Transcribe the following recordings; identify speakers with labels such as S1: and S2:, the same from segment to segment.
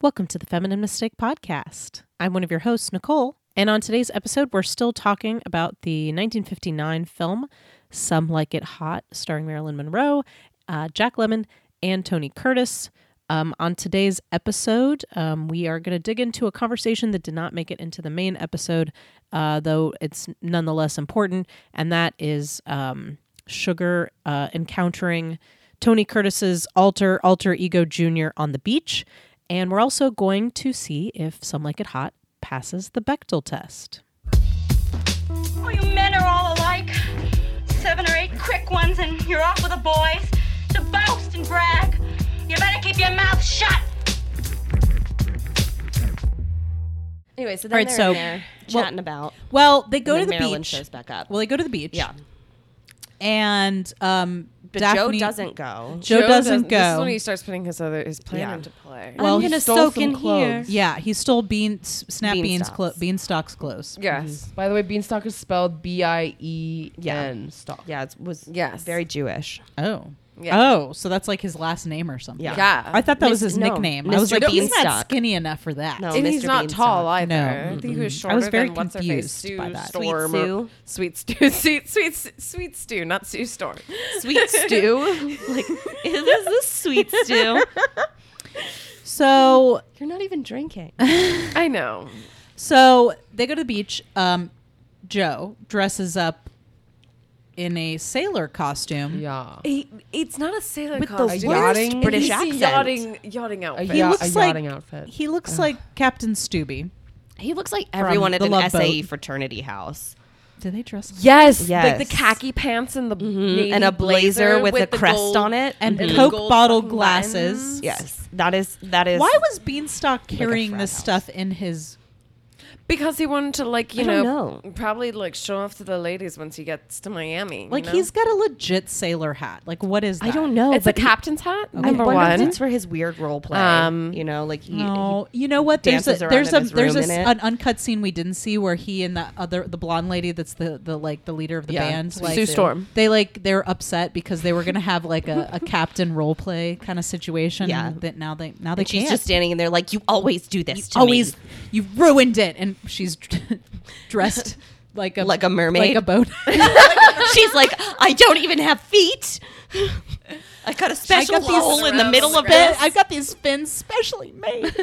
S1: Welcome to the Feminine Mistake Podcast. I'm one of your hosts, Nicole, and on today's episode, we're still talking about the 1959 film Some Like It Hot, starring Marilyn Monroe, uh, Jack Lemon, and Tony Curtis. Um, on today's episode, um, we are going to dig into a conversation that did not make it into the main episode, uh, though it's nonetheless important, and that is um, Sugar uh, encountering Tony Curtis's alter alter ego Jr. on the beach, and we're also going to see if Some Like It Hot passes the Bechtel test.
S2: Oh, you men are all alike. Seven or eight quick ones, and you're off with the boys to boast and brag. You better keep your mouth shut.
S3: Anyway, so then
S1: Alright,
S3: they're
S1: so-
S3: in there
S1: well,
S3: chatting about.
S4: Well, they go
S3: and
S4: to
S3: then
S4: the
S3: Marilyn
S4: beach.
S3: shows back up.
S1: Well, they go to the beach.
S3: yeah,
S4: and um,
S3: but
S4: Daphne,
S3: Joe doesn't go.
S1: Joe, doesn't,
S5: This is
S1: go.
S5: when he starts putting his other his plan
S3: Yeah.
S5: into play.
S4: Well,
S3: I'm
S4: he
S3: gonna
S4: stole
S3: soak
S4: some
S3: in here.
S5: clothes.
S4: Yeah, he stole beans, snap beans,
S3: Beanstalks.
S4: clo- beanstalks clothes.
S5: yes. By the way, beanstalk is spelled B I E N stalk.
S3: Yeah, it was
S5: Yes.
S3: very Jewish.
S4: Oh,
S5: Yeah.
S4: oh, so that's like his last name or something.
S3: Yeah.
S5: Yeah.
S4: I thought that was
S3: Mis-
S4: his
S3: no,
S4: nickname. I
S3: Mr.
S4: was like, oh, he's not
S3: Beanstalk.
S4: skinny enough for that.
S3: No.
S5: and
S3: Mr.
S5: he's not tall
S3: Beanstalk.
S5: either.
S4: No.
S5: I think he was shorter
S4: I was very
S5: than what's her face,
S4: confused
S5: Sue
S4: by that. Sweet
S5: Storm
S3: Sweet
S5: or- sweet stew, sweet sweet sweet stew, not Sue Storm.
S3: Sweet stew. like, is this a sweet stew?
S4: So,
S3: You're not even drinking.
S5: I know.
S4: so they go to the beach. Um, Joe dresses up in a sailor costume.
S6: Yeah.
S5: He, it's not a sailor
S3: With the
S5: costume.
S3: worst
S5: yachting
S3: British
S5: it's a
S3: accent.
S5: Yachting yachting outfit.
S4: He
S6: Yeah, a
S4: looks like
S6: yachting outfit.
S4: he looks like Captain Stubby.
S3: He looks like everyone at
S4: the
S3: an
S4: Love
S3: SAE
S4: Boat.
S3: fraternity house.
S4: Do they dress? Like
S5: Yes,
S3: Yes. Mm-hmm.
S5: like the khaki pants and the navy
S3: and a blazer, with, a
S5: the
S3: crest
S5: gold-
S3: on it.
S4: and
S5: Mhm.
S4: Coke
S5: Gold
S4: bottle
S5: fucking
S4: glasses.
S5: buttons.
S3: yes, that is that is.
S4: Why was Beanstalk carrying
S3: frat
S4: this
S3: house.
S4: stuff in his?
S5: Because he wanted to, like, you
S3: I
S5: know,
S3: don't know.
S5: probably like show off to the ladies once he gets to Miami. you
S4: Like
S5: know?
S4: he's got a legit sailor hat. Like what is? That?
S3: I don't know.
S5: it's a
S3: but he-
S5: captain's hat.
S3: I
S5: Number
S3: wonder if
S5: one,
S3: it's for his weird role play.
S5: Um,
S3: you know, like he,
S4: No, you know what? There's a
S3: dances around
S4: there's
S3: in
S4: a
S3: his
S4: there's a,
S3: room
S4: s-
S3: in it.
S4: an uncut scene we didn't see where he and the other the blonde lady that's the the like the leader of the
S3: Yeah,
S4: band
S3: Sue
S4: like
S5: Storm.
S4: They like they're upset because they were gonna have like a, a captain role play kind of situation.
S3: Yeah.
S4: That now they now they
S3: and she's
S4: can't.
S3: just standing in there like you always do this. to
S4: always
S3: me."
S4: you ruined it, and she's dressed like a
S3: Like a mermaid.
S4: like a boat.
S3: She's like, I don't even have feet. I got a special
S4: these
S3: hole in the
S5: scrubs.
S3: middle of
S5: Scrubs.
S3: it.
S4: I've got these fins specially made.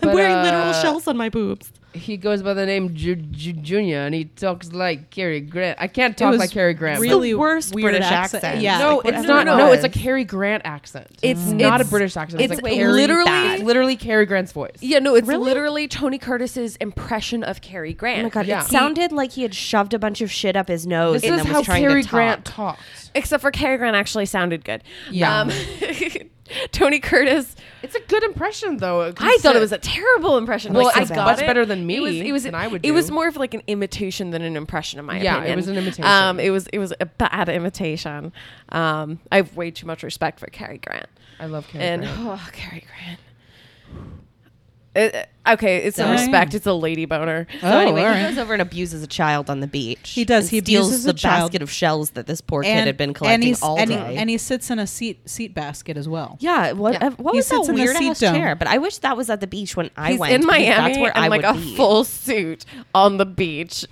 S6: But, uh,
S3: on my boobs.
S6: He goes by the name Ju- Ju- Junior, and he talks like Cary Grant. I can't talk like Cary Grant. but-
S4: Really
S3: the worst
S4: weird
S3: British
S4: accent.
S3: accent.
S4: Yeah.
S6: no,
S4: Like,
S6: it's
S5: no,
S6: not.
S5: no,
S6: No,
S5: no.
S6: it's a Cary Grant accent. It's, not a British accent. It's,
S5: it's
S6: like
S5: very
S6: literally,
S5: bad.
S6: literally Cary Grant's voice.
S5: yeah, no, it's literally Tony Curtis's impression of Cary Grant.
S3: Oh my god!
S6: Yeah.
S3: It sounded like he had shoved a bunch of shit up his nose
S6: This
S3: and
S6: is
S3: then
S6: how
S3: was trying
S6: Cary
S3: to talk.
S6: Grant talks.
S5: Except for Cary Grant actually sounded good. Um,
S4: Yeah.
S5: Tony Curtis.
S6: It's a good impression, though.
S5: I thought it was a terrible impression.
S6: Well,
S5: like, I
S6: it's
S5: got
S6: much
S5: it.
S6: better than
S5: It was. It
S6: me
S5: was.
S6: than I would
S5: It was
S6: do.
S5: more of like an imitation than an impression, in my
S6: Yeah, it
S5: opinion.
S6: was an imitation.
S5: Um, it was. It was a bad imitation. Um, I have way too much respect for Cary Grant.
S6: I love Cary
S5: and
S6: Grant.
S5: oh, Cary Grant. It- okay, it's
S4: Damn.
S5: not respect. It's a lady boner.
S4: Oh,
S3: So anyway,
S4: all
S3: he
S4: right.
S3: goes over and abuses a child on the beach.
S4: He does.
S3: and
S4: He
S3: steals
S4: abuses
S3: the
S4: a child.
S3: basket of shells that this poor kid had been
S4: and
S3: collecting
S4: he's-
S3: all
S4: and
S3: day.
S4: He, and he sits in a seat seat basket as well.
S3: yeah, what, uh,
S5: Yeah.
S3: what
S4: He
S3: was
S4: sits
S3: that
S4: in the
S3: weird
S4: seat
S3: ass
S4: dome.
S3: chair? But I wish that was at the beach when I
S5: He's
S3: went.
S5: in
S3: because
S5: Miami
S3: That's where
S5: in
S3: I
S5: like
S3: would
S5: a
S3: be.
S5: full suit on the beach,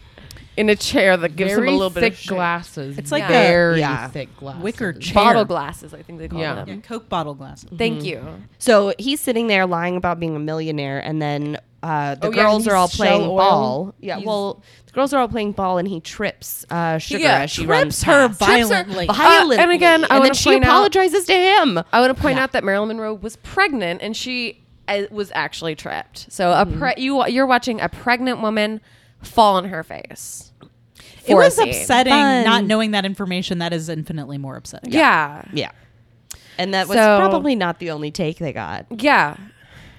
S5: in a chair that gives
S6: very
S5: him a little bit
S6: thick
S5: of shade.
S6: glasses. It's
S4: like a-
S6: very
S3: Yeah.
S6: thick glasses.
S4: Wicker chair.
S5: bottle glasses. I think they call
S6: Yeah.
S5: them.
S4: Yeah, Coke bottle glasses.
S5: Thank you.
S3: So he's sitting there lying about being a millionaire, and then uh, the
S6: Oh, yeah,
S3: girls
S6: he's
S3: are all
S6: shell
S3: playing
S6: oil.
S3: ball. Yeah,
S6: He's-
S3: well, the girls are all playing ball, and he trips uh, Sugar
S5: Yeah,
S3: as she
S5: trips
S3: runs
S4: her
S3: past.
S4: violently.
S3: violently.
S5: Uh, and again, I
S3: and then
S5: wanna
S3: she
S5: point out-
S3: apologizes to him.
S5: I want to point out that Marilyn Monroe was pregnant and she uh, was actually tripped. So a pre- you you're watching a pregnant woman fall on her face.
S4: It
S5: For a
S4: was
S5: scene.
S4: upsetting
S3: Fun.
S4: not knowing that information. That is infinitely more upsetting.
S5: Yeah. Yeah.
S3: Yeah, and that was
S5: So-
S3: probably not the only take they got.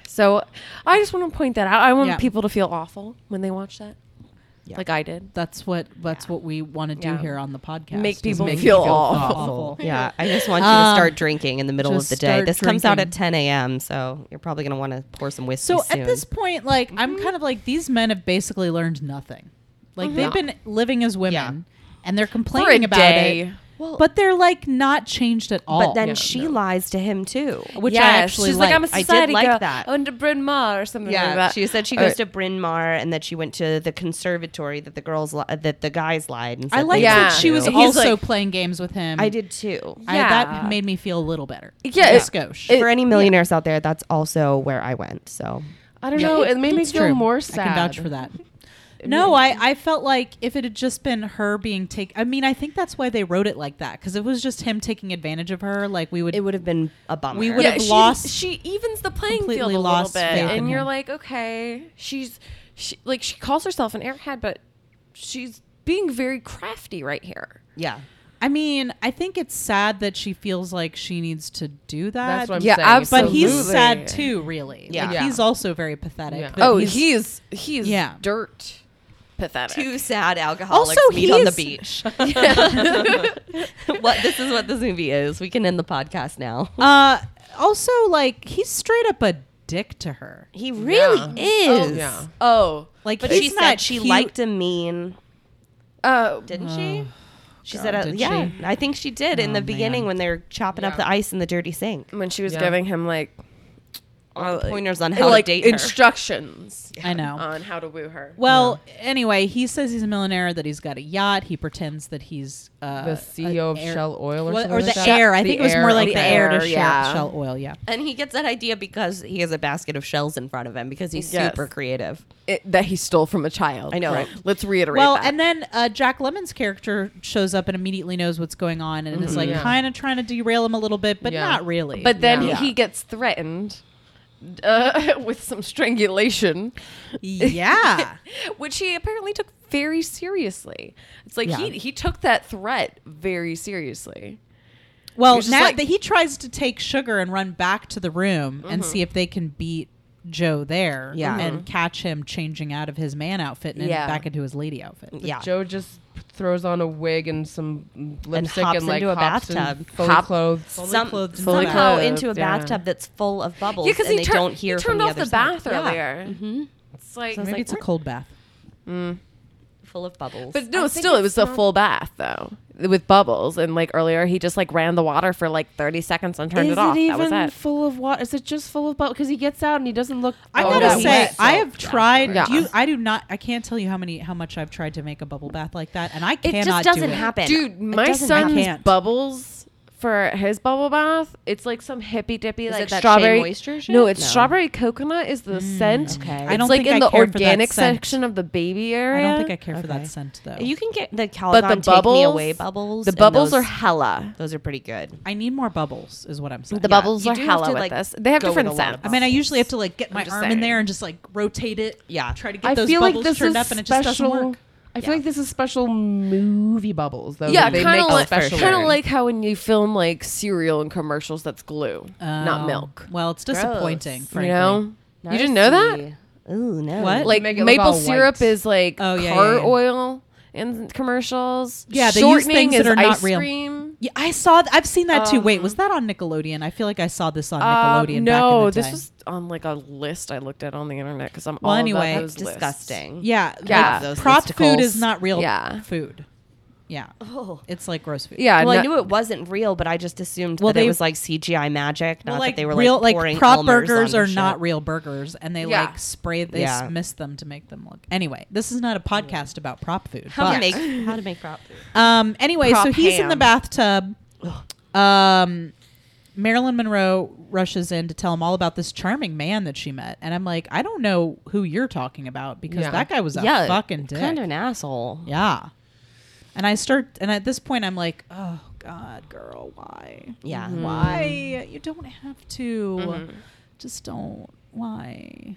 S5: So I just want to point that out. I want
S4: Yeah.
S5: people to feel awful when they watch that.
S3: Yeah.
S5: Like I did.
S4: That's what that's what we want to do
S5: Yeah.
S4: here on the podcast.
S5: Make
S4: is
S5: people
S4: make
S5: feel
S4: people
S5: awful.
S3: Yeah, I just want you to
S4: Um,
S3: start drinking in the middle of
S4: just
S3: the day.
S4: start
S3: This comes out
S4: drinking.
S3: at 10 a.m., so you're probably going to want to pour some whiskey
S4: So
S3: soon.
S4: at this point, like I'm kind of like these men have basically learned nothing. Like they've been living as women, and they're complaining about
S5: day.
S4: it
S5: Well-
S4: but they're like not changed at all.
S3: But then she lies to him too, which
S4: I actually
S5: she's like, I'm a
S4: liked. I
S3: did
S5: society
S3: like
S5: girl.
S3: that.
S5: I went to Bryn Mawr or something like
S3: yeah,
S5: that.
S3: she said she
S5: Or-
S3: goes to Bryn Mawr and that she went to the conservatory that the girls li- that the guys lied. And said
S4: I liked
S3: they
S5: Yeah.
S4: that she was
S5: He's
S4: also
S5: like-
S4: playing games with him.
S3: I did too.
S4: I,
S5: Yeah.
S4: that made me feel a little better.
S5: Yeah,
S4: Like
S5: it-
S4: skosh.
S5: it-
S3: For any millionaires out there, that's also where I went. So
S6: I don't know. It made me
S4: It's
S6: feel
S4: true.
S6: more sad.
S4: I can vouch for that. No, I, I felt like if it had just been her being taken, I mean, I think that's why they wrote it like that because it was just him taking advantage of her. Like we would,
S3: it would have been a bummer.
S4: We would have-
S5: she,
S4: lost-
S5: She evens the playing
S4: completely
S5: field a little
S4: lost
S5: bit,
S4: faith in
S5: and you're
S4: him.
S5: like, okay, she's she like she calls herself an airhead, but she's being very crafty right here.
S3: yeah.
S4: I mean, I think it's sad that she feels like she needs to do that.
S6: That's what I'm
S5: Yeah,
S6: saying.
S5: abso-
S4: but he's
S5: Absolutely.
S4: sad too, really.
S3: Yeah.
S4: Like,
S6: Yeah.
S4: he's also very pathetic.
S6: Yeah.
S4: that
S5: oh,
S4: he's-
S5: he's he's
S4: Yeah.
S5: dirt pathetic.
S3: Two sad alcoholics
S4: also
S3: meet on the
S4: he's-
S3: beach. what this is what this movie is. We can end the podcast now.
S4: Uh, also, like he's straight up a dick to her.
S3: He really is.
S6: yeah.
S5: oh,
S4: Like,
S3: But
S4: he's
S3: she
S4: not
S3: said she
S4: cute.
S3: liked him mean,
S5: uh,
S3: didn't she? She
S4: God,
S3: said, uh,
S4: did
S3: "Yeah,
S4: she?
S3: I think she did
S5: Oh,
S3: in the beginning when they're chopping up
S6: Yeah.
S3: the ice in the dirty sink."
S5: when she was
S6: Yeah.
S5: giving him like
S3: All the
S5: like-
S3: pointers on how
S5: like
S3: to date her.
S5: instructions
S4: I know.
S3: um,
S5: on how to woo her.
S4: Well, anyway, he says he's a millionaire, that he's got a yacht. He pretends that he's uh,
S6: The CEO E of
S4: a heir-
S6: Shell Oil or
S4: Well,
S6: something
S4: or
S6: like
S4: the
S6: that?
S4: heir. I
S6: The
S4: think it was
S6: heir,
S4: more like
S6: okay.
S4: the heir to
S5: Heir,
S4: Shell,
S5: yeah.
S4: Shell Oil. Yeah,
S3: and he gets that idea because he has a basket of shells in front of him because he's
S5: Yes.
S3: super creative.
S5: It- that he stole from a child.
S3: I know.
S5: Right. Let's reiterate.
S4: Well,
S5: that.
S4: and then uh, Jack Lemon's character shows up and immediately knows what's going on and is like
S6: Yeah.
S4: kind of trying to derail him a little bit, but
S6: Yeah.
S4: not really.
S5: But then
S6: Yeah.
S5: he gets threatened uh, with some strangulation,
S4: yeah,
S5: which he apparently took very seriously. It's like he, he took that threat very seriously.
S4: well
S5: He's just
S4: now
S5: like-
S4: that he tries to take Sugar and run back to the room and see if they can beat Joe there,
S3: Yeah.
S4: and catch him changing out of his man outfit and
S5: Yeah.
S4: back into his lady outfit.
S3: Yeah.
S6: Joe just throws on a wig and some lipstick and,
S3: hops
S6: like
S3: into a
S6: hops in
S3: bathtub.
S6: fully
S5: Hop-
S6: clothed.
S3: Some,
S4: clothed in
S3: somehow
S4: the
S5: bath.
S3: into a
S6: Yeah.
S3: bathtub that's full of bubbles.
S5: Yeah, because
S3: and
S5: he,
S3: they
S5: tur-
S3: don't hear
S5: he
S3: from
S5: turned
S3: the
S5: off
S3: other
S5: the
S3: side.
S5: bath earlier. It's like,
S4: Maybe it's a cold bath.
S3: full of bubbles.
S5: but no, still, it was a full bath though, with bubbles. And like earlier, he just like ran the water for like thirty seconds and turned
S6: Is
S5: it off.
S6: it
S5: That was
S6: even
S5: it.
S6: full of water? Is it just full of bubbles? Because he gets out and Oh, he doesn't look.
S4: I
S6: all
S4: gotta
S6: that
S4: say,
S6: wet.
S4: I have tried.
S5: Yeah.
S4: do you, I do not. I can't tell you how many, how much I've tried to make a bubble bath like that, and I
S3: it
S4: cannot.
S3: just
S4: do it.
S3: doesn't happen,
S5: Dude,
S3: It
S5: my
S3: doesn't
S5: son's
S3: happen.
S4: Can't.
S5: bubbles for his bubble bath, it's like some hippy dippy like
S3: it that
S5: strawberry
S3: Shea Moisture shit?
S5: No, it's
S3: No. Mm,
S5: strawberry coconut is the scent.
S3: okay.
S5: It's
S3: I
S4: don't
S5: like
S4: think
S5: in
S4: I
S5: the
S4: care for that
S5: organic
S4: scent.
S5: section of the baby
S4: I
S5: area.
S4: don't think I care for
S3: Okay.
S4: that scent though.
S3: You can get the Calgon
S5: But the bubbles,
S3: Take Me Away bubbles.
S5: The
S3: and
S5: bubbles
S3: those-
S5: are hella.
S3: Those are pretty good.
S4: I need more bubbles, is what I'm saying.
S5: The bubbles
S3: you
S5: are
S3: do have
S5: hella
S3: to,
S5: with
S3: like,
S5: us. They have
S3: go with
S5: different
S3: a lot of
S5: scents.
S4: I mean, I usually have to like get my
S5: just
S4: arm
S5: saying.
S4: in there and just like rotate it.
S3: Yeah.
S4: try to get
S6: I
S4: those
S6: feel like
S4: bubbles
S6: this is
S4: turned up, and it just doesn't
S6: special.
S4: work.
S6: I feel like this is special movie bubbles though.
S5: yeah,
S6: that they
S5: kind of
S6: make
S5: like
S6: special.
S5: kind of like how when you film like cereal in commercials, that's glue, not
S3: Oh.
S4: Um,
S5: milk.
S4: Well, it's disappointing, frankly.
S5: You know, you didn't know that.
S3: Ooh, no.
S4: What?
S5: like
S6: Make it look
S5: maple
S6: all
S5: syrup
S6: white.
S5: is like
S4: Oh, yeah,
S5: car
S4: yeah, yeah.
S5: oil in commercials.
S4: Yeah, they use
S5: shortening
S4: things
S5: is
S4: that are not
S5: ice
S4: real.
S5: cream.
S4: Yeah, I saw. Th- I've seen that too. Wait, was that on Nickelodeon? I feel like I saw this on
S5: Um, Uh,
S4: Nickelodeon.
S5: no,
S4: back in the
S5: this
S4: day.
S5: was on like a list I looked at on the internet because I'm
S4: Well,
S5: all
S4: anyway,
S5: about
S4: it's
S5: those lists.
S3: disgusting.
S4: Yeah,
S5: Yeah.
S4: like,
S3: Those
S4: prop food is
S3: listicles.
S4: not real
S5: Yeah.
S4: food. Yeah,
S3: Oh.
S4: it's like gross food.
S5: Yeah,
S3: Well, I
S5: no-
S3: knew it wasn't real, but I just assumed
S4: Well,
S3: that
S4: they-
S3: it was like CGI magic, not
S4: Well,
S3: that they were
S4: real,
S3: like
S4: like,
S3: pouring
S4: prop
S3: Elmer's
S4: burgers
S3: onto
S4: are
S3: shit.
S4: not real burgers, and they
S5: Yeah.
S4: like spray. They
S3: Yeah.
S4: yeah. miss them to make them look. Anyway, this is not a podcast about prop food.
S3: How to
S4: but-
S3: make how to make prop food?
S4: Um. Anyway,
S5: Prop
S4: so he's in the
S5: ham.
S4: bathtub. Um, Marilyn Monroe rushes in to tell him all about this charming man that she met, and I'm like, I don't know who you're talking about because
S6: Yeah.
S4: that guy was a fucking dick.
S3: kind of an asshole.
S4: yeah. And I start, and at this point, I'm like, oh God, girl, why?
S3: Yeah. Mm-hmm.
S4: why? You don't have to. Just don't. Why?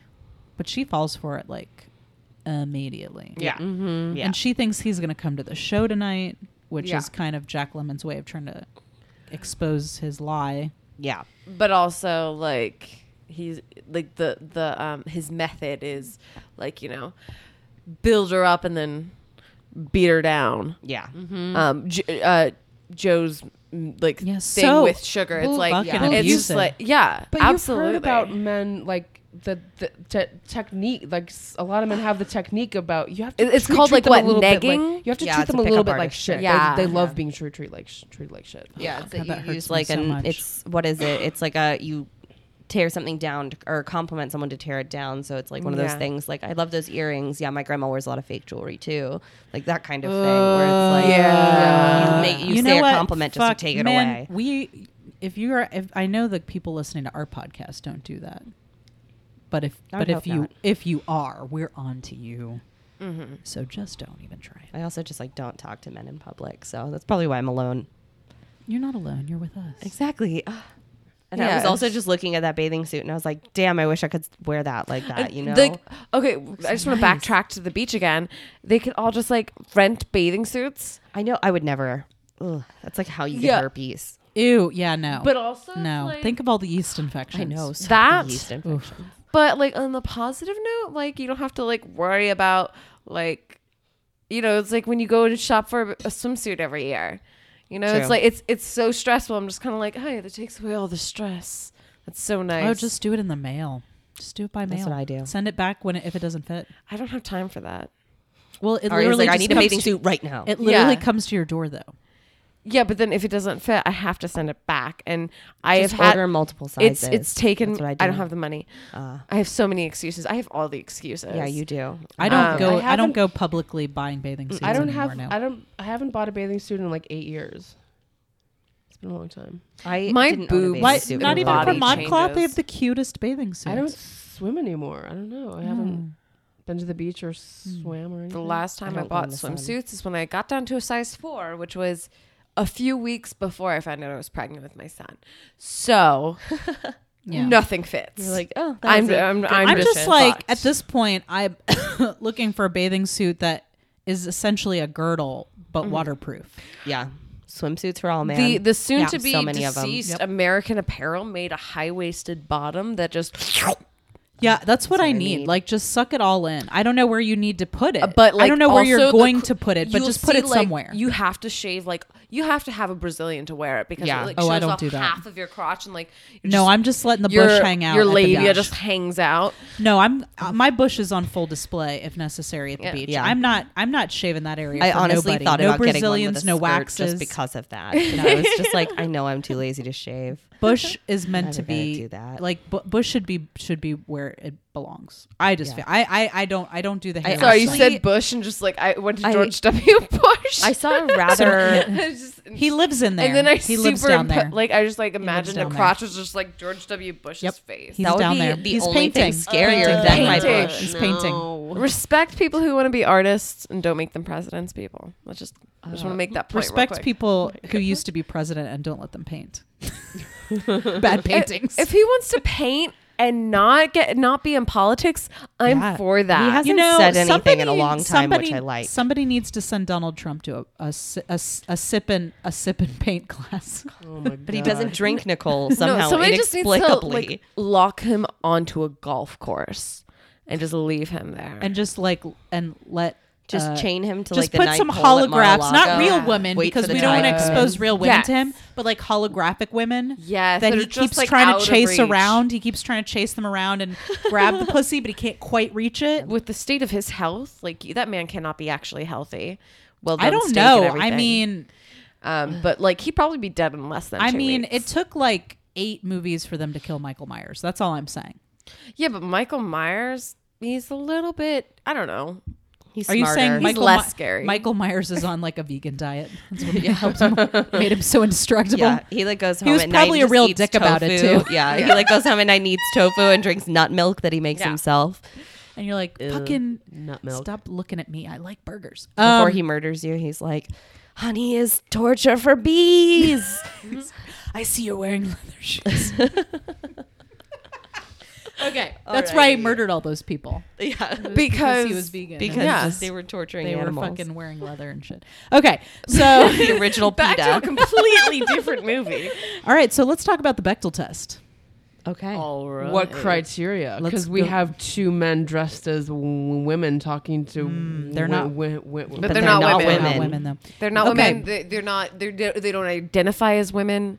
S4: But she falls for it like immediately.
S3: Yeah. Mm-hmm. yeah.
S4: And she thinks he's going to come to the show tonight, which
S5: Yeah.
S4: is kind of Jack Lemon's way of trying to expose his lie.
S3: yeah.
S5: but also like he's like the the um his method is like you know build her up and then beat her down.
S3: Yeah.
S4: Mm-hmm.
S5: Um, J- uh, Joe's mm, like
S4: Hmm. Yeah,
S5: thing
S4: so
S5: with sugar. It's like
S4: fucking
S5: yeah, it's just
S4: abusive.
S5: like yeah,
S6: But
S5: absolutely
S6: you've heard about men like the, the te- technique like s- a lot of men have the technique about you have to
S5: It- it's
S6: treat-
S5: called,
S6: treat
S5: like,
S6: them
S5: what,
S6: a little bit
S5: negging?
S6: like, you have to
S3: Yeah,
S6: treat
S3: it's a
S6: them a little
S3: pickup
S6: bit like
S3: artist
S6: shit
S5: shit.
S6: They-
S5: Yeah.
S6: they, love being treated treat like sh- treated like shit
S3: Yeah, it's
S4: God, that
S3: that you
S4: hurts
S3: use
S4: me
S3: like
S4: so
S3: an
S4: much.
S3: it's what is it? It's like a you tear something down to, or compliment someone to tear it down. So it's like one of those
S5: Yeah.
S3: things. Like I love those earrings. Yeah, my grandma wears a lot of fake jewelry too. Like that kind of thing where it's like
S4: Uh,
S5: Yeah.
S3: you, make, you, say a compliment just
S4: Fuck,
S3: to take it
S4: man,
S3: away.
S4: We, if you are, if I know the people listening to our podcast don't do that, but if
S3: I would
S4: but if
S3: hope
S4: you
S3: not. Mm-hmm.
S4: if you are, we're on to you. So just don't even try it.
S3: I also just like don't talk to men in public. So that's probably why I'm alone.
S4: You're not alone. You're with us.
S3: Exactly. Ugh. And I was
S5: Yeah.
S3: also just looking at that bathing suit and I was like, damn, I wish I could wear that like that, you know?
S5: Like, okay, I just want to backtrack to the beach again. They could all just like rent bathing suits.
S3: I know I would never. Ugh, that's like how you get
S5: Yeah.
S3: herpes.
S4: Ew. Yeah.
S3: Oh.
S4: No.
S6: but also
S4: no.
S6: like,
S4: Think of all the yeast infections. Oh,
S3: I know so
S5: That-
S3: many yeast
S4: Oof.
S3: infections.
S5: But like on the positive note, like you don't have to like worry about like you know, it's like when you go and shop for a swimsuit every year. You know,
S3: True.
S5: it's like it's it's so stressful. I'm just kind of like, hey, that takes away all the stress. That's so nice.
S4: Oh, just do it in the mail. Just do it by mail.
S3: That's what I do.
S4: Send it back when it, if it doesn't fit.
S5: I don't have time for that.
S4: Well, it
S3: Ari's
S4: literally
S3: like, I
S4: just
S3: need a
S4: comes
S3: bathing
S4: to-
S3: suit right now.
S4: It literally
S5: Yeah.
S4: comes to your door though.
S5: Yeah, but then if it doesn't fit, I have to send it back, and I
S3: Just
S5: have
S3: order
S5: had
S3: multiple
S5: it's
S3: sizes.
S5: it's taken.
S3: That's what
S5: I,
S3: I,
S5: don't have the money.
S3: Ah.
S5: I have so many excuses. I have all the excuses.
S3: yeah, you do.
S4: I don't
S3: Uh,
S5: Um, I
S4: go. I,
S5: haven't-
S4: don't go publicly buying bathing
S3: Mm,
S4: suits.
S6: I don't
S4: anymore
S6: have
S4: now.
S6: I don't I haven't bought a bathing suit in like eight years. It's been a long time.
S3: I
S5: My
S3: didn't own a
S5: boobs-
S3: bathing
S5: Why-
S4: Why?
S3: suit
S4: Not
S3: in a
S4: even
S3: while.
S4: for
S5: body
S4: mod cloth. They
S5: changes.
S4: have the cutest bathing suits.
S6: I don't swim anymore. I don't know. I
S4: Hmm.
S6: haven't been to the beach or swam or anything.
S5: The last time I,
S3: don't
S5: bought
S3: own the sun.
S5: swimsuits is when I got down to a size four, which was a few weeks before I found out I was pregnant with my son. So
S4: Yeah.
S5: nothing fits.
S3: You're like, oh, that
S5: I'm,
S3: was it.
S5: I'm, I'm,
S4: I'm
S5: just,
S4: just like
S5: fucked.
S4: at this point. I'm looking for a bathing suit that is essentially a girdle but waterproof.
S3: yeah. Swimsuits for all man.
S5: the the soon
S3: Yeah.
S5: to be
S3: so many of 'em.
S5: deceased American Apparel made a high waisted bottom that just.
S4: Yeah, that's what I
S3: I
S4: need.
S3: need.
S4: Like, just suck it all in. I don't know where you need to put it.
S5: Uh, But like,
S4: I don't know where
S5: also
S4: you're
S5: the
S4: going
S5: cr-
S4: to put it. But
S5: you'll
S4: just put
S5: see,
S4: it
S5: like,
S4: somewhere.
S5: You have to shave like you have to have a Brazilian to wear it because
S3: Yeah.
S5: it like
S4: Oh, I
S5: shows
S4: don't
S5: off
S4: do that.
S5: half of your crotch and like
S4: no, I'm just letting the
S5: your
S4: bush hang out.
S5: Your
S4: at the
S5: labia
S4: beach.
S5: just hangs out.
S4: No, I'm uh, my bush is on full display if necessary at the
S5: Yeah.
S4: beach.
S3: Yeah.
S4: I'm not. I'm not shaving that area.
S3: I
S4: for
S3: honestly
S4: nobody.
S3: thought
S4: no
S3: about
S4: Brazilians,
S3: getting one
S4: no
S3: with a skirt
S4: waxes.
S3: just because of that. And I was just like, I know I'm too lazy to shave.
S4: bush is meant
S3: Never
S4: to
S3: gonna
S4: be
S3: do that.
S4: like bu- bush should be should be where it belongs. I just feel, I, I I don't I don't do the hair.
S5: Sorry, you
S3: Actually-
S5: said Bush and just like I went to
S3: I-
S5: George W. Bush.
S3: I saw a Oh rather.
S5: Just-
S4: he lives in there.
S5: and then I
S4: he
S5: super
S4: lives down
S5: impa-
S4: there.
S5: like I just like imagined the
S4: down there.
S5: crotch was just like George W. Bush's
S4: Yep.
S5: face.
S4: He's
S3: that would
S4: down
S3: be
S4: there.
S3: the
S4: He's
S3: only thing
S4: painting.
S3: scarier
S4: Painting.
S3: than my
S5: Painting.
S3: bush.
S4: He's painting.
S5: Respect people who want to be artists and don't make them presidents. People, let's just I just want to make that point. real
S4: Uh, Respect
S5: quick.
S4: people who used to be president and don't let them paint. Bad
S5: If-
S4: paintings.
S5: If, he wants to paint and not get not be in politics, I'm
S4: Yeah.
S5: for that.
S3: He has-
S4: you
S3: hasn't
S4: know,
S3: said anything in a
S4: somebody-
S3: long time, which
S4: somebody-
S3: I like.
S4: Somebody needs to send Donald Trump to a a, si- a, s- a sip and a sip and paint class.
S3: But he doesn't drink Nicole
S5: No,
S3: somehow
S5: somebody just needs
S3: inexplicably.
S5: to like lock him onto a golf course and just leave him there.
S4: and just like and let
S3: Just
S4: uh,
S3: chain him to
S4: just
S3: like the
S4: put
S3: night
S4: some
S3: pole at
S4: holographips, not
S3: Mar-a-Lago.
S4: real women,
S3: Wait
S4: because
S3: for the
S4: we don't want to
S3: tide to come in.
S4: expose real women to
S5: Yes.
S4: him, but like holographic women.
S5: Yes,
S4: that
S5: that
S4: he
S5: are just,
S4: keeps
S5: like,
S4: trying
S5: out
S4: to
S5: of
S4: chase
S5: reach.
S4: around. He keeps trying to chase them around and grab the pussy, but he can't quite reach it.
S5: with the state of his health, like that man cannot be actually healthy. Well,
S4: I
S5: done
S4: don't
S5: steak and
S4: know. I
S5: everything.
S4: mean,
S5: um, but like he'd probably be dead in less than.
S4: I
S5: two
S4: mean,
S5: weeks.
S4: it took like eight movies for them to kill Michael Myers. That's all I'm saying.
S5: yeah, but Michael Myers, he's a little bit. I don't know.
S3: He's
S4: Are you
S3: smarter.
S4: saying Michael
S5: less
S4: My-
S5: scary.
S4: Michael Myers is on like a vegan diet. That's what helped him, made him so indestructible.
S3: Yeah, he like goes home.
S4: was
S3: at
S4: probably
S3: night
S4: a
S3: and just
S4: real
S3: eats
S4: dick about it,
S3: tofu.
S4: too.
S3: Yeah, he like goes home at night and eats tofu and drinks nut milk that he makes
S5: Yeah.
S3: himself
S4: And you're like, fucking
S3: nut milk.
S4: stop looking at me. I like burgers.
S3: Before
S4: Um,
S3: he murders you, he's like, "Honey is torture for bees."
S4: I see you're wearing leather shoes. okay, that's why he murdered all those people
S3: yeah,
S5: because
S4: he was vegan.
S3: because
S5: Yeah.
S3: they were torturing
S4: they were
S3: animals.
S4: fucking wearing leather and shit. Okay, so
S3: the original
S5: back to a
S3: PETA.
S5: completely different movie.
S4: all right, so let's talk about the Bechtel test.
S3: okay.
S6: What criteria?
S4: Let's
S6: Because we
S4: go-
S6: have two men dressed as w- women talking to.
S4: they're not-
S5: But they're not women.
S4: Not women though.
S5: They're not
S4: Okay.
S5: women. They, they're not. They're, they don't identify as women.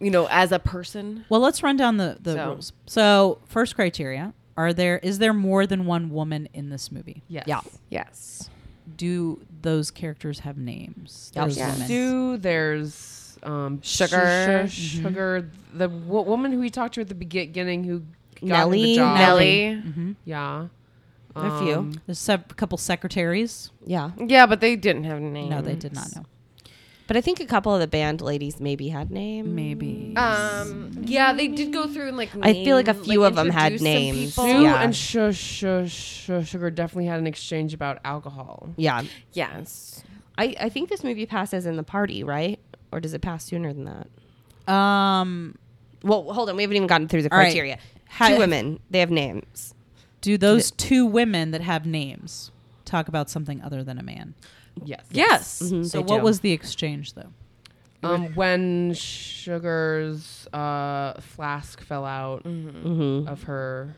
S5: you know, as a person.
S4: Well, let's run down the, the
S5: So-
S4: rules. So, first criteria are there is there more than one woman in this movie?
S6: Yes.
S4: Yeah.
S5: Yes.
S4: Do those characters have names?
S3: Yep.
S4: There's
S5: Yes.
S4: women.
S6: Sue, there's um,
S5: Sugar.
S6: Sugar, Sugar, the w- woman who we talked to at the beginning who got Nelly,
S3: Nellie,
S6: the job.
S5: Nelly.
S6: Yeah.
S3: There are a
S5: Um,
S3: few.
S4: There's sev- a couple secretaries.
S3: Yeah.
S5: Yeah, but they didn't have names.
S4: No, they did not know.
S3: But I think a couple of the band ladies maybe had names.
S4: Maybe.
S5: Um. Yeah, they did go through and like.
S3: I feel like a
S5: name-
S3: few of 'em had
S5: introduce some
S3: names.
S5: people.
S6: Sue
S3: Yeah.
S6: and Shush, Shush, Shush, Sugar definitely had an exchange about alcohol.
S3: Yeah.
S5: Yes.
S3: I, I think this movie passes in the party, right? Or does it pass sooner than that?
S4: Um,
S3: Well, hold on. We haven't even gotten through the
S4: All right.
S3: criteria.
S4: Ha-
S3: Two women. They have names.
S4: do those two women that have names talk about something other than a man?
S6: Yes.
S5: Yes.
S3: Mhm,
S4: So,
S3: they
S4: what
S3: do.
S4: was the exchange though?
S6: Um, when Sugar's uh, flask fell out of her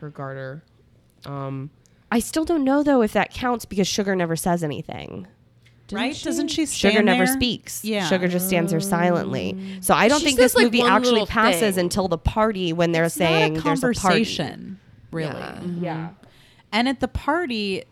S6: her garter. Um,
S3: I still don't know though if that counts because Sugar never says anything.
S4: right? Doesn't she stand
S3: Sugar never
S4: there?
S3: speaks.
S4: Yeah.
S3: Sugar just stands there silently. So I don't
S5: She
S3: think
S5: says,
S3: this
S5: like,
S3: movie
S5: one
S3: actually
S5: little
S3: passes
S5: thing.
S3: until the party when they're
S4: It's not
S3: saying
S4: a
S3: there's a party. Mm-hmm.
S4: conversation, really.
S5: Yeah.
S6: Yeah.
S4: And at the party,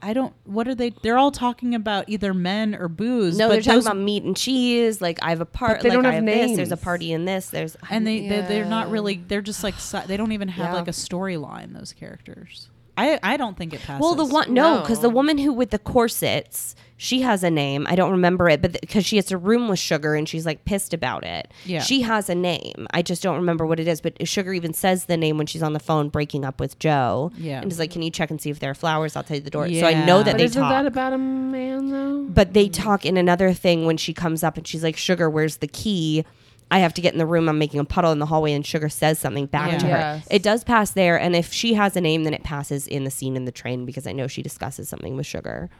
S4: I don't. What are they? They're all talking about either men or booze.
S3: No,
S4: but
S3: they're talking
S4: those-
S3: about meat and cheese. Like I have a part.
S6: But they
S3: like
S6: don't
S3: I
S6: have
S3: this. There's a
S6: names.
S3: party in this. There's
S4: And they, they they're not
S5: Yeah.
S4: really. They're just like si- they don't even have
S5: Yeah.
S4: like a storyline. Those characters. I I don't think it passes.
S3: Well, the one no, because the
S5: No.
S3: woman who with the corsets, she has a name. I don't remember it, but because she has a room with Sugar and she's like pissed about it.
S4: Yeah.
S3: she has a name. I just don't remember what it is. But Sugar even says the name when she's on the phone breaking up with Joe.
S4: Yeah.
S3: and is like, "Can you check and see if there are flowers outside the door?" So I know
S4: Yeah.
S3: that
S4: But
S3: they
S6: isn't
S3: talk.
S6: that about a man though?
S3: but they talk in another thing when she comes up and she's like, "Sugar, where's the key?" I have to get in the room. I'm making a puddle in the hallway, and Sugar says something back
S4: Yeah.
S3: to her.
S6: Yes.
S3: It does pass there, and if she has a name, then it passes in the scene in the train because I know she discusses something with Sugar,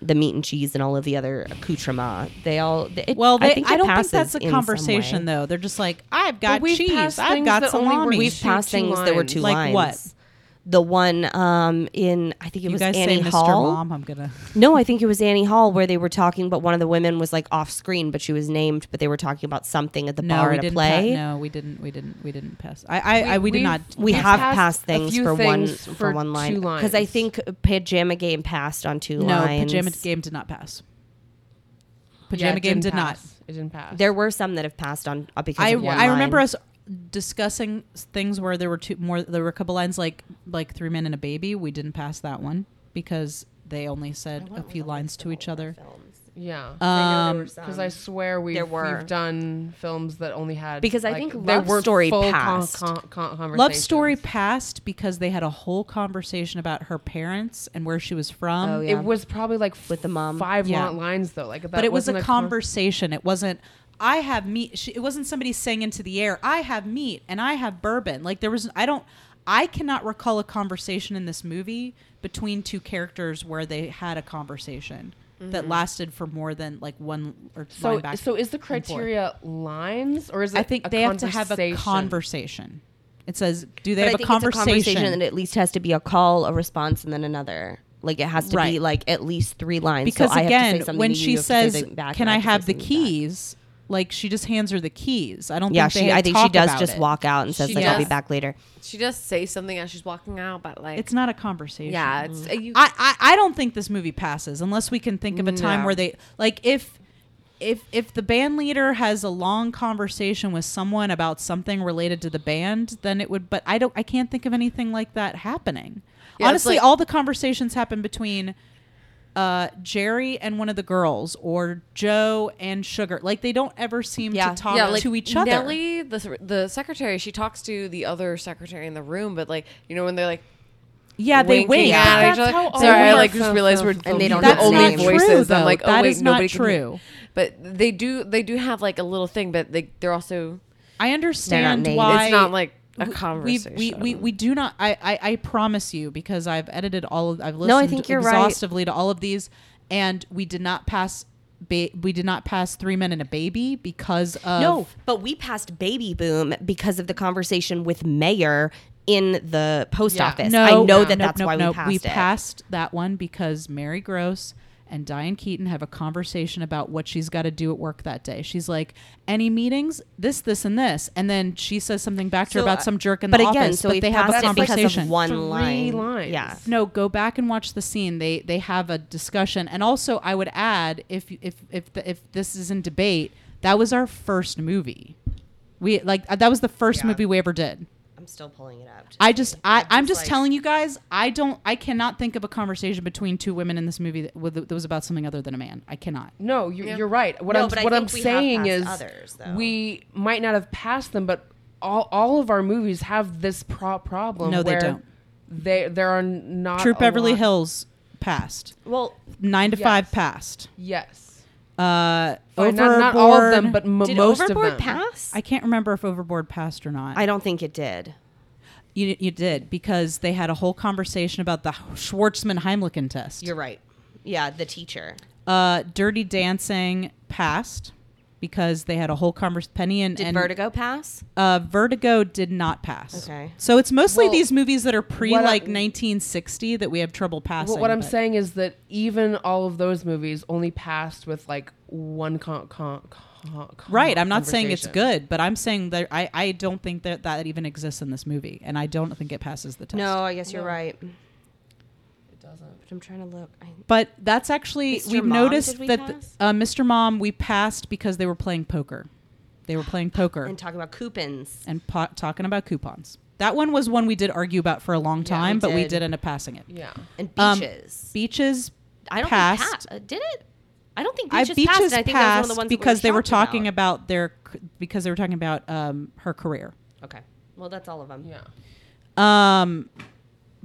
S3: the meat and cheese, and all of the other accoutrements. They all. It,
S4: Well, they, I,
S3: I, think it
S4: don't think
S3: passes
S4: that's a
S3: in some
S4: conversation
S3: way.
S4: though. They're just like, I've got
S6: we've
S4: cheese.
S6: passed
S4: I've
S6: things
S4: got
S6: that only were-
S4: salami.
S3: We've
S6: Two-
S3: passed
S6: two
S3: things. There were
S6: lines.
S3: two
S4: Like
S3: lines.
S4: what?
S3: The one um, in I think it
S4: you
S3: was
S4: guys
S3: Annie
S4: say,
S3: Hall.
S4: Mr. Mom, I'm gonna.
S3: No, I think it was Annie Hall where they were talking, but one of the women was like off screen, but she was named, but they were talking about something at the
S4: No,
S3: bar
S4: we
S3: at a
S4: didn't.
S3: play.
S4: Pa- no, we didn't. We didn't. We didn't pass. I I, I we did
S6: we've-
S4: not.
S3: We
S6: We've
S3: have
S6: passed
S3: passed
S6: a
S3: things
S6: few
S3: for one
S6: things
S3: for,
S6: for
S3: one line
S6: two
S3: because I
S6: lines.
S3: think pajama game passed on two
S4: No,
S3: lines.
S4: pajama game did not pass.
S6: Yeah,
S4: Pajama
S6: it
S4: game
S6: didn't
S4: did not.
S6: pass. It didn't pass.
S3: There were some that have passed on uh, because
S4: I
S3: of one
S4: I remember
S3: line.
S4: us discussing s- things where there were two more. There were a couple lines like like three men and a baby. We didn't pass that one because they only said a few lines to each other.
S6: yeah.
S4: Um,
S6: Because I swear we've,
S3: There were.
S6: we've done films that only had
S3: Because I
S6: like,
S3: think
S6: there
S3: Love
S6: were
S3: Story
S6: full con-
S3: passed.
S6: con- con-
S4: Love story
S6: conversations.
S4: passed because they had a whole conversation about her parents and where she was from.
S3: Oh, yeah.
S6: It was probably like
S3: With the mom.
S6: five
S4: Yeah.
S6: long lines though. Like, that
S4: but it was a,
S6: wasn't con-
S4: conversation. it wasn't. I have meat. She, it wasn't somebody saying into the air. I have meat and I have bourbon. Like there was. I don't. I cannot recall a conversation in this movie between two characters where they had a conversation that lasted for more than like one or line
S6: So,
S4: back.
S6: so is the
S4: and forth.
S6: criteria lines or is it?
S4: I think
S6: a
S4: they have to have a
S6: conversation?
S4: conversation. It says, do they
S3: But
S4: have
S3: I
S4: a
S3: think It's a
S4: conversation?
S3: conversation that at least has to be a call, a response, and then another. Like it has to be
S4: Right.
S3: like at least three lines. So
S4: because
S3: I have to say
S4: again,
S3: something
S4: when
S3: to you,
S4: she
S3: you have to say
S4: says,
S3: something back,
S4: "Can
S3: and
S4: I
S3: have
S4: have
S3: to
S4: the
S3: say something back.
S4: keys?" Like she just hands her the keys. I don't
S3: Yeah,
S4: think they
S3: she.
S4: had
S3: I think she
S4: talk
S3: does
S4: about
S3: just
S4: it.
S3: walk out and says,
S5: She
S3: "Like I'll be
S5: does.
S3: back later."
S5: She does say something as she's walking out, but like
S4: It's not a conversation.
S5: yeah, it's uh, you,
S4: I, I I don't think this movie passes unless we can think of a time
S5: No.
S4: where they like if if if the band leader has a long conversation with someone about something related to the band, then it would. But I don't. I can't think of anything like that happening.
S5: Yeah, it's
S4: Honestly,
S5: like-
S4: all the conversations happen between uh, Jerry and one of the girls, or Joe and Sugar. Like they don't ever seem
S3: Yeah.
S4: to talk
S5: yeah, like
S4: to each other.
S5: Nellie, the the secretary, she talks to the other secretary in the room, but like you know when they're like
S4: yeah, they
S5: winking
S4: wink.
S5: at
S4: That's
S5: each other.
S4: how all
S5: Sorry, I
S4: of
S5: like
S4: our-
S5: just realized we're
S3: And they don't
S5: the
S3: have
S5: only
S3: names.
S4: That's
S5: voices.
S4: not
S5: I'm
S4: true,
S5: like,
S4: though. That
S5: oh wait,
S4: is not
S5: nobody can hear.
S4: true.
S5: But they do they do have like a little thing, but they they're also
S4: I understand
S3: named.
S4: why
S5: it's not like a
S4: we-
S5: conversation.
S4: We, we, we, we do not. I, I I promise you because I've edited all of. I've listened
S3: No, I think you're right.
S4: exhaustively to all of these, and we did not pass. Ba- we did not pass three men and a baby because of
S3: No, but we passed Baby Boom because of the conversation with Mayor in the post
S6: Yeah.
S3: office.
S4: No,
S3: I know
S4: no,
S3: that
S4: nope,
S3: that's
S4: nope,
S3: why
S4: nope.
S3: we passed
S4: we
S3: it.
S4: passed that one because Mary Gross and Diane Keaton have a conversation about what she's got to do at work that day. She's like, "Any meetings? This, this, and this." And then she says something back to her
S3: So,
S4: about
S3: uh,
S4: some jerk in
S3: but
S4: the
S3: again,
S4: office.
S3: so
S4: but
S3: we
S4: they have a
S3: passed it
S4: conversation
S3: because of one
S6: Three
S3: line.
S6: lines.
S3: Yeah.
S4: no, go back and watch the scene. They they have a discussion, and also I would add if you- if if the, if this is in debate, that was our first movie. We like uh, that was the first
S3: Yeah.
S4: movie we ever did.
S3: I'm still pulling it up.
S4: I just I I'm just
S3: like-
S4: telling you guys I don't I cannot think of a conversation between two women in this movie that, with, that was about something other than a man. I cannot.
S6: No, you're, you're right. What
S3: No,
S6: I'm
S3: but I
S6: what
S3: think
S6: I'm
S3: we have
S6: saying
S3: passed
S6: is
S3: others, though.
S6: we might not have passed them, but all all of our movies have this pro- problem.
S4: No, they
S6: where
S4: don't.
S6: They there are not
S4: True
S6: a
S4: Beverly
S6: lot-
S4: Hills passed.
S3: well,
S4: Nine to
S6: Yes.
S4: five passed.
S6: Yes,
S4: Uh,
S6: Fine,
S4: overboard.
S6: not, not all of them, but m-
S3: did
S6: most
S3: Overboard
S6: of them.
S3: pass?
S4: I can't remember if Overboard passed or not.
S3: I don't think it did.
S4: You, you did because they had a whole conversation about the Schwartzman Heimlichen test.
S3: You're right. Yeah, the teacher.
S4: uh, Dirty Dancing passed because they had a whole conversation. Penny and,
S3: Did
S4: and
S3: Vertigo pass?
S4: uh, Vertigo did not pass.
S3: Okay.
S4: so it's mostly
S6: Well,
S4: these movies that are pre
S6: what I-
S4: like 1960 that we have trouble passing.
S6: Well, what I'm
S4: but-
S6: saying is that even all of those movies only passed with like one con, con, con, con
S4: Right, I'm not saying it's
S6: conversation.
S4: good, but I'm saying that I, I don't think that that even exists in this movie, and I don't think it passes the test.
S3: No, I guess you're right.
S6: It doesn't.
S3: But I'm trying to look. I,
S4: but that's actually
S3: Mr.
S4: we've
S3: Mom,
S4: noticed
S3: did we
S4: that th-
S3: pass?
S4: uh, Mr. Mom we passed because they were playing poker. They were playing poker.
S3: and talking about coupons.
S4: and po- talking about coupons. That one was one we did argue about for a long time, but we
S3: did.
S4: did end up passing it.
S6: Yeah.
S3: And
S4: Um,
S3: beaches.
S4: Beaches,
S3: I don't
S4: passed.
S3: think pa- uh, did it. I don't think
S4: I
S3: beaches, passed.
S4: beaches
S3: and I think that was
S4: passed
S3: one of the ones that we
S4: because they were
S3: shocked
S4: talking about, their c- because they were talking about um, her career.
S3: Okay. Well, that's all of them.
S6: Yeah.
S4: Um,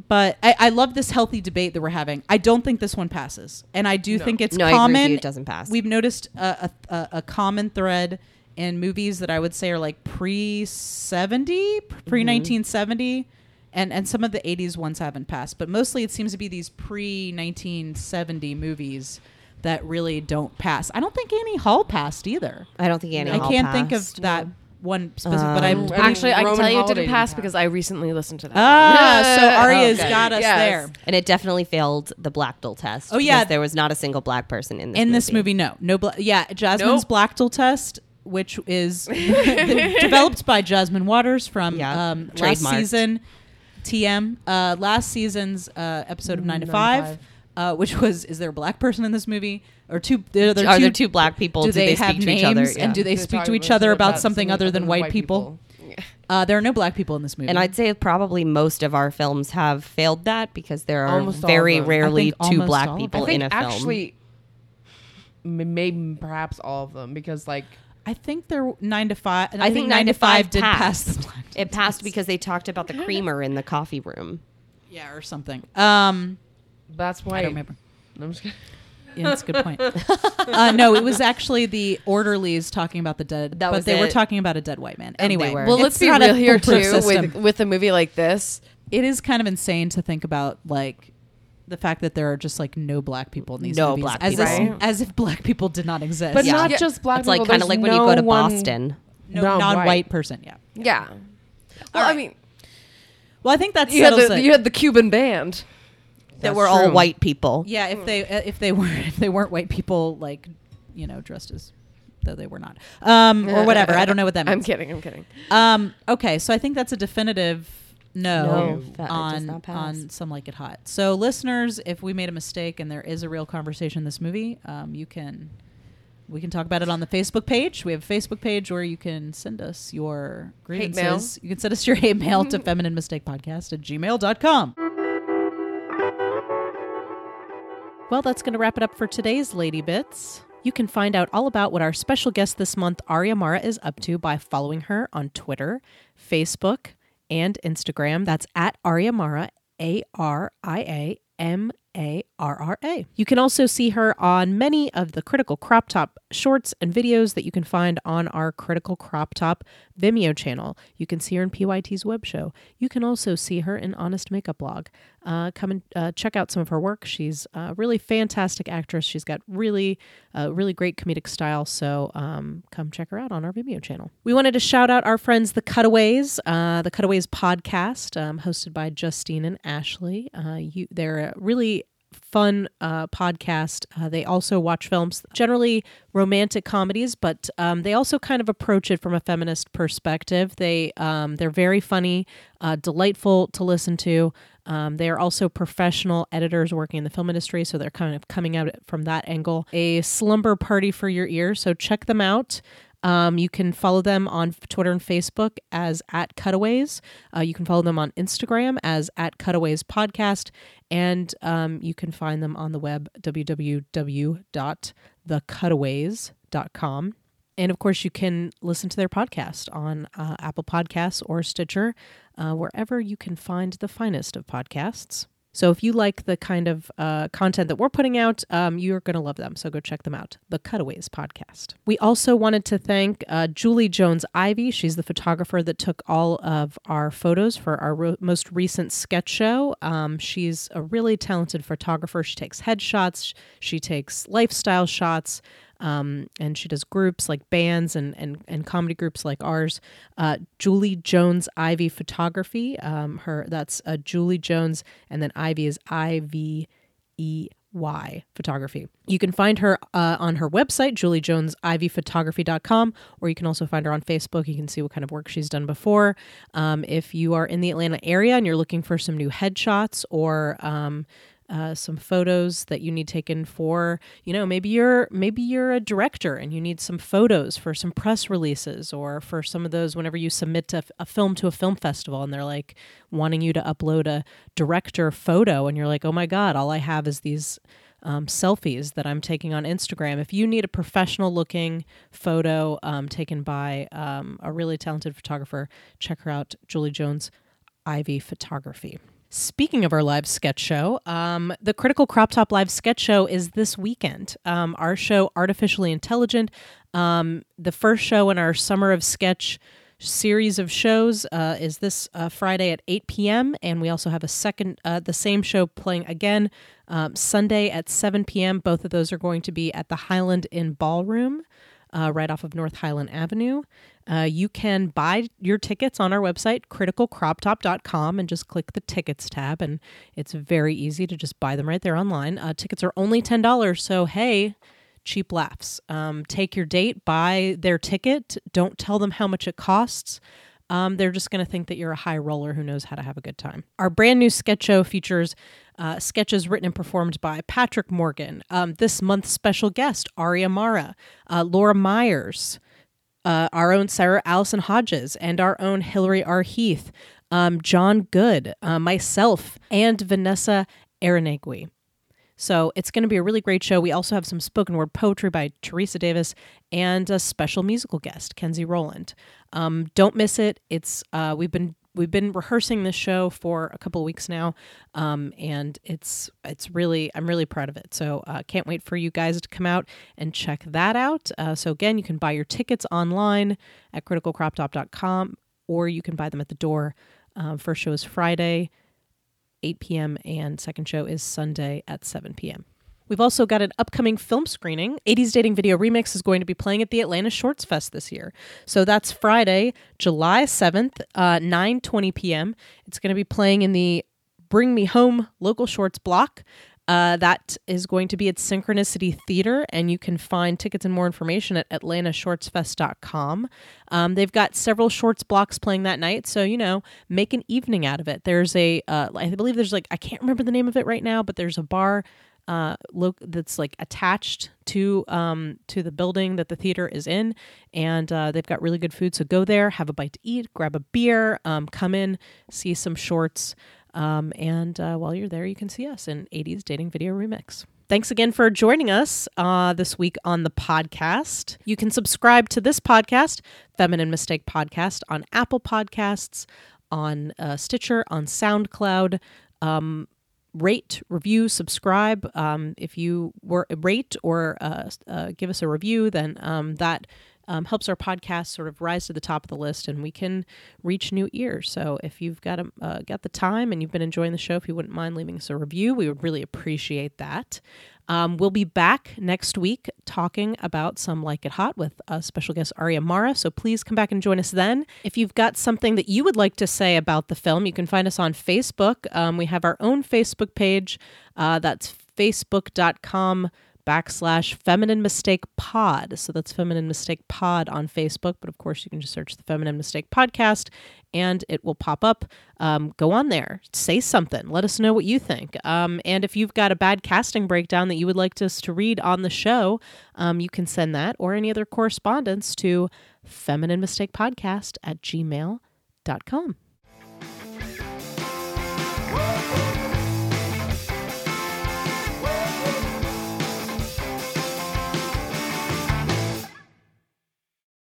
S4: but I, I love this healthy debate that we're having. I don't think this one passes, and I do think it's
S3: No, I agree with
S4: common.
S3: you, it doesn't pass.
S4: We've noticed a, a, a, a common thread in movies that I would say are like pre seventy, pre
S3: Mm-hmm.
S4: nineteen seventy, and and some of the eighties ones haven't passed. But mostly, it seems to be these pre nineteen seventy movies that really don't pass. I don't think Annie Hall passed either.
S3: I don't think Annie.
S4: I
S3: Hall
S4: can't think of
S3: passed. Um,
S4: that one specific, but I'm
S6: I mean,
S5: Actually, I can
S6: Roman
S5: tell you it
S6: Holiday
S5: didn't pass
S6: didn't
S5: because I recently listened to that.
S4: ah. So Arya's
S6: Okay.
S4: got us
S6: Yes.
S4: there.
S3: And it definitely failed the black doll test.
S4: Oh, yeah.
S3: because there was not a single black person in this
S4: in
S3: movie.
S4: this movie no no bla- yeah jasmine's
S6: Nope.
S4: black tool test which is developed by jasmine waters from
S3: Yeah,
S4: um, last
S3: trademarked.
S4: season tm uh, last season's uh, episode
S3: Mm,
S4: of nine to
S6: Nine to
S4: five,
S6: Five.
S4: Uh, which was is there a black person in this movie or two are there,
S3: Are
S4: two,
S3: there two black people?
S4: do they, have
S3: speak to
S4: names
S3: each other? Yeah.
S4: and do they
S6: They're
S4: speak to
S6: talking
S4: each
S6: about-
S4: other about,
S6: about
S4: something other than white, people, Uh, there are no black people in this movie
S3: And I'd say probably most of our films have failed that because there are
S6: Almost all
S3: very
S6: of them. I
S3: rarely
S4: think
S3: two
S4: almost all
S3: black
S4: of
S3: people
S6: I
S3: in
S6: think
S3: a film.
S6: actually, m- maybe perhaps all of them because like
S4: i think they're nine to five i,
S3: I think Nine to Five
S4: did
S3: passed.
S4: pass the black
S3: it passed because they talked about the creamer in the coffee room.
S4: yeah or something um
S6: that's why
S4: i don't remember
S6: I'm just kidding.
S4: Yeah, that's a good point. uh, no, it was actually the orderlies talking about the dead,
S3: That
S4: but
S3: was
S4: they were
S3: it.
S4: talking about a dead white man. Anyway,
S3: were.
S5: well,
S4: it's
S5: let's be
S4: not a
S5: real here
S4: foolproof
S5: too with
S4: system.
S5: with a movie like this.
S4: it is kind of insane to think about, like the fact that there are just like no black people in these
S3: No
S4: movies,
S3: black
S4: as
S3: people.
S4: if, as if black people did not exist,
S6: But
S3: Yeah.
S6: not
S5: Yeah.
S6: just black
S3: it's
S6: people.
S3: like kind of
S6: there's
S3: like when you
S6: no
S3: go to
S6: one-
S3: Boston.
S4: no
S6: non-white.
S4: non-white person. Yeah.
S5: Yeah. Well, I mean,
S4: Well, I think that
S5: you had,
S4: settles
S5: the,
S4: it.
S5: you had the Cuban band.
S3: That we're all white people.
S4: yeah, if they uh, if they weren't if they weren't white people, like you know, dressed as though they were not, um, or whatever. I don't know what that means.
S5: I'm kidding. I'm kidding.
S4: Um, okay, so I think that's a definitive no,
S3: No, that- it does
S4: on
S3: not pass.
S4: on some like it hot. So listeners, if we made a mistake and there is a real conversation in this movie, um, you can we can talk about it on the Facebook page. We have a Facebook page where you can send us your
S5: Hate mail.
S4: grievances. You can send us your hate mail to feminine mistake podcast at gmail.com.
S1: Well, that's going to wrap it up for today's Lady Bits. You can find out all about what our special guest this month, Aria Mara, is up to by following her on Twitter, Facebook, and Instagram. That's at Aria Mara, A R I A M A R R A. You can also see her on many of the Critical Crop Top shorts and videos that you can find on our Critical Crop Top Vimeo channel. You can see her in PYT's web show. You can also see her in Honest Makeup Blog. Uh, come and uh, check out some of her work. She's a really fantastic actress. She's got really, uh, really great comedic style. So um, come check her out on our Vimeo channel. We wanted to shout out our friends, The Cutaways, uh, The Cutaways podcast, um, hosted by Justine and Ashley. Uh, you, they're a really
S4: fun uh, podcast. Uh, they also watch films, generally romantic comedies, but um, they also kind of approach it from a feminist perspective. They um, they're very funny, uh, delightful to listen to. Um, they are also professional editors working in the film industry, so they're kind of coming out from that angle. A slumber party for your ear. So check them out. Um, you can follow them on Twitter and Facebook as at Cutaways. Uh, you can follow them on Instagram as at Cutaways Podcast. And um, you can find them on the web, www.thecutaways.com. And of course, you can listen to their podcast on uh, Apple Podcasts or Stitcher, uh, wherever you can find the finest of podcasts. So if you like the kind of uh, content that we're putting out, um, you're going to love them. So go check them out. The Cutaways Podcast. We also wanted to thank uh, Julie Jones Ivy. She's the photographer that took all of our photos for our ro- most recent sketch show. Um, she's a really talented photographer. She takes headshots, she takes lifestyle shots um, and she does groups like bands and and, and comedy groups like ours. Uh, Julie Jones Ivy Photography. Um, her that's uh, Julie Jones, and then Ivy is I V E Y Photography. You can find her uh, on her website, juliejonesivyphotography.com, or you can also find her on Facebook. You can see what kind of work she's done before. Um, if you are in the Atlanta area and you're looking for some new headshots or um, uh, some photos that you need taken for you know maybe you're maybe you're a director and you need some photos for some press releases or for some of those whenever you submit to f- a film to a film festival and they're like wanting you to upload a director photo and you're like oh my god all i have is these um, selfies that I'm taking on Instagram. If you need a professional looking photo um, taken by um, a really talented photographer, check her out, Julie Jones, Ivy Photography. Speaking of our live sketch show, um, the Critical Crop Top Live sketch show is this weekend. Um, our show, Artificially Intelligent, um, the first show in our Summer of Sketch series of shows, uh, is this uh, Friday at 8 p.m. And we also have a second, uh, the same show playing again um, Sunday at 7 p.m. Both of those are going to be at the Highland Inn Ballroom uh, right off of North Highland Avenue. Uh, you can buy your tickets on our website, criticalcroptop.com, and just click the tickets tab. And it's very easy to just buy them right there online. Uh, tickets are only $10. So, hey, cheap laughs. Um, take your date, buy their ticket, don't tell them how much it costs. Um, they're just going to think that you're a high roller who knows how to have a good time. Our brand new sketch show features uh, sketches written and performed by Patrick Morgan, um, this month's special guest, Aria Mara, uh, Laura Myers, uh, our own Sarah Allison Hodges, and our own Hillary R. Heath, um, John Good, uh, myself, and Vanessa Aranegui. So it's going to be a really great show. We also have some spoken word poetry by Teresa Davis and a special musical guest, Kenzie Rowland. Um, don't miss it. It's uh, we've been we've been rehearsing this show for a couple of weeks now, um, and it's it's really I'm really proud of it. So uh, can't wait for you guys to come out and check that out. Uh, so again, you can buy your tickets online at criticalcroptop.com, or you can buy them at the door. Um, first show is Friday. 8 p.m. and second show is Sunday at 7 p.m. We've also got an upcoming film screening. 80s Dating Video Remix is going to be playing at the Atlanta Shorts Fest this year. So that's Friday, July 7th, uh, 9 20 p.m. It's going to be playing in the Bring Me Home local shorts block. Uh, that is going to be at Synchronicity Theater, and you can find tickets and more information at atlantashortsfest.com. Um, they've got several shorts blocks playing that night, so you know, make an evening out of it. There's a, uh, I believe there's like, I can't remember the name of it right now, but there's a bar uh, lo- that's like attached to um, to the building that the theater is in, and uh, they've got really good food. So go there, have a bite to eat, grab a beer, um, come in, see some shorts, um, and uh, while you're there, you can see us in '80s dating video remix. Thanks again for joining us uh, this week on the podcast. You can subscribe to this podcast, Feminine Mistake Podcast, on Apple Podcasts, on uh, Stitcher, on SoundCloud. Um, rate, review, subscribe. Um, if you were rate or uh, s- uh, give us a review, then um, that um, helps our podcast sort of rise to the top of the list, and we can reach new ears. So if you've got a, uh, got the time and you've been enjoying the show, if you wouldn't mind leaving us a review, we would really appreciate that. Um, we'll be back next week talking about Some Like It Hot with uh, special guest Aria Mara. So please come back and join us then. If you've got something that you would like to say about the film, you can find us on Facebook. Um, we have our own Facebook page. Uh, that's facebook.com backslash feminine mistake pod. So that's feminine mistake pod on Facebook. But of course, you can just search the feminine mistake podcast and it will pop up. Um, go on there, say something, let us know what you think. Um, and if you've got a bad casting breakdown that you would like us to read on the show, um, you can send that or any other correspondence to feminine mistake podcast at gmail.com.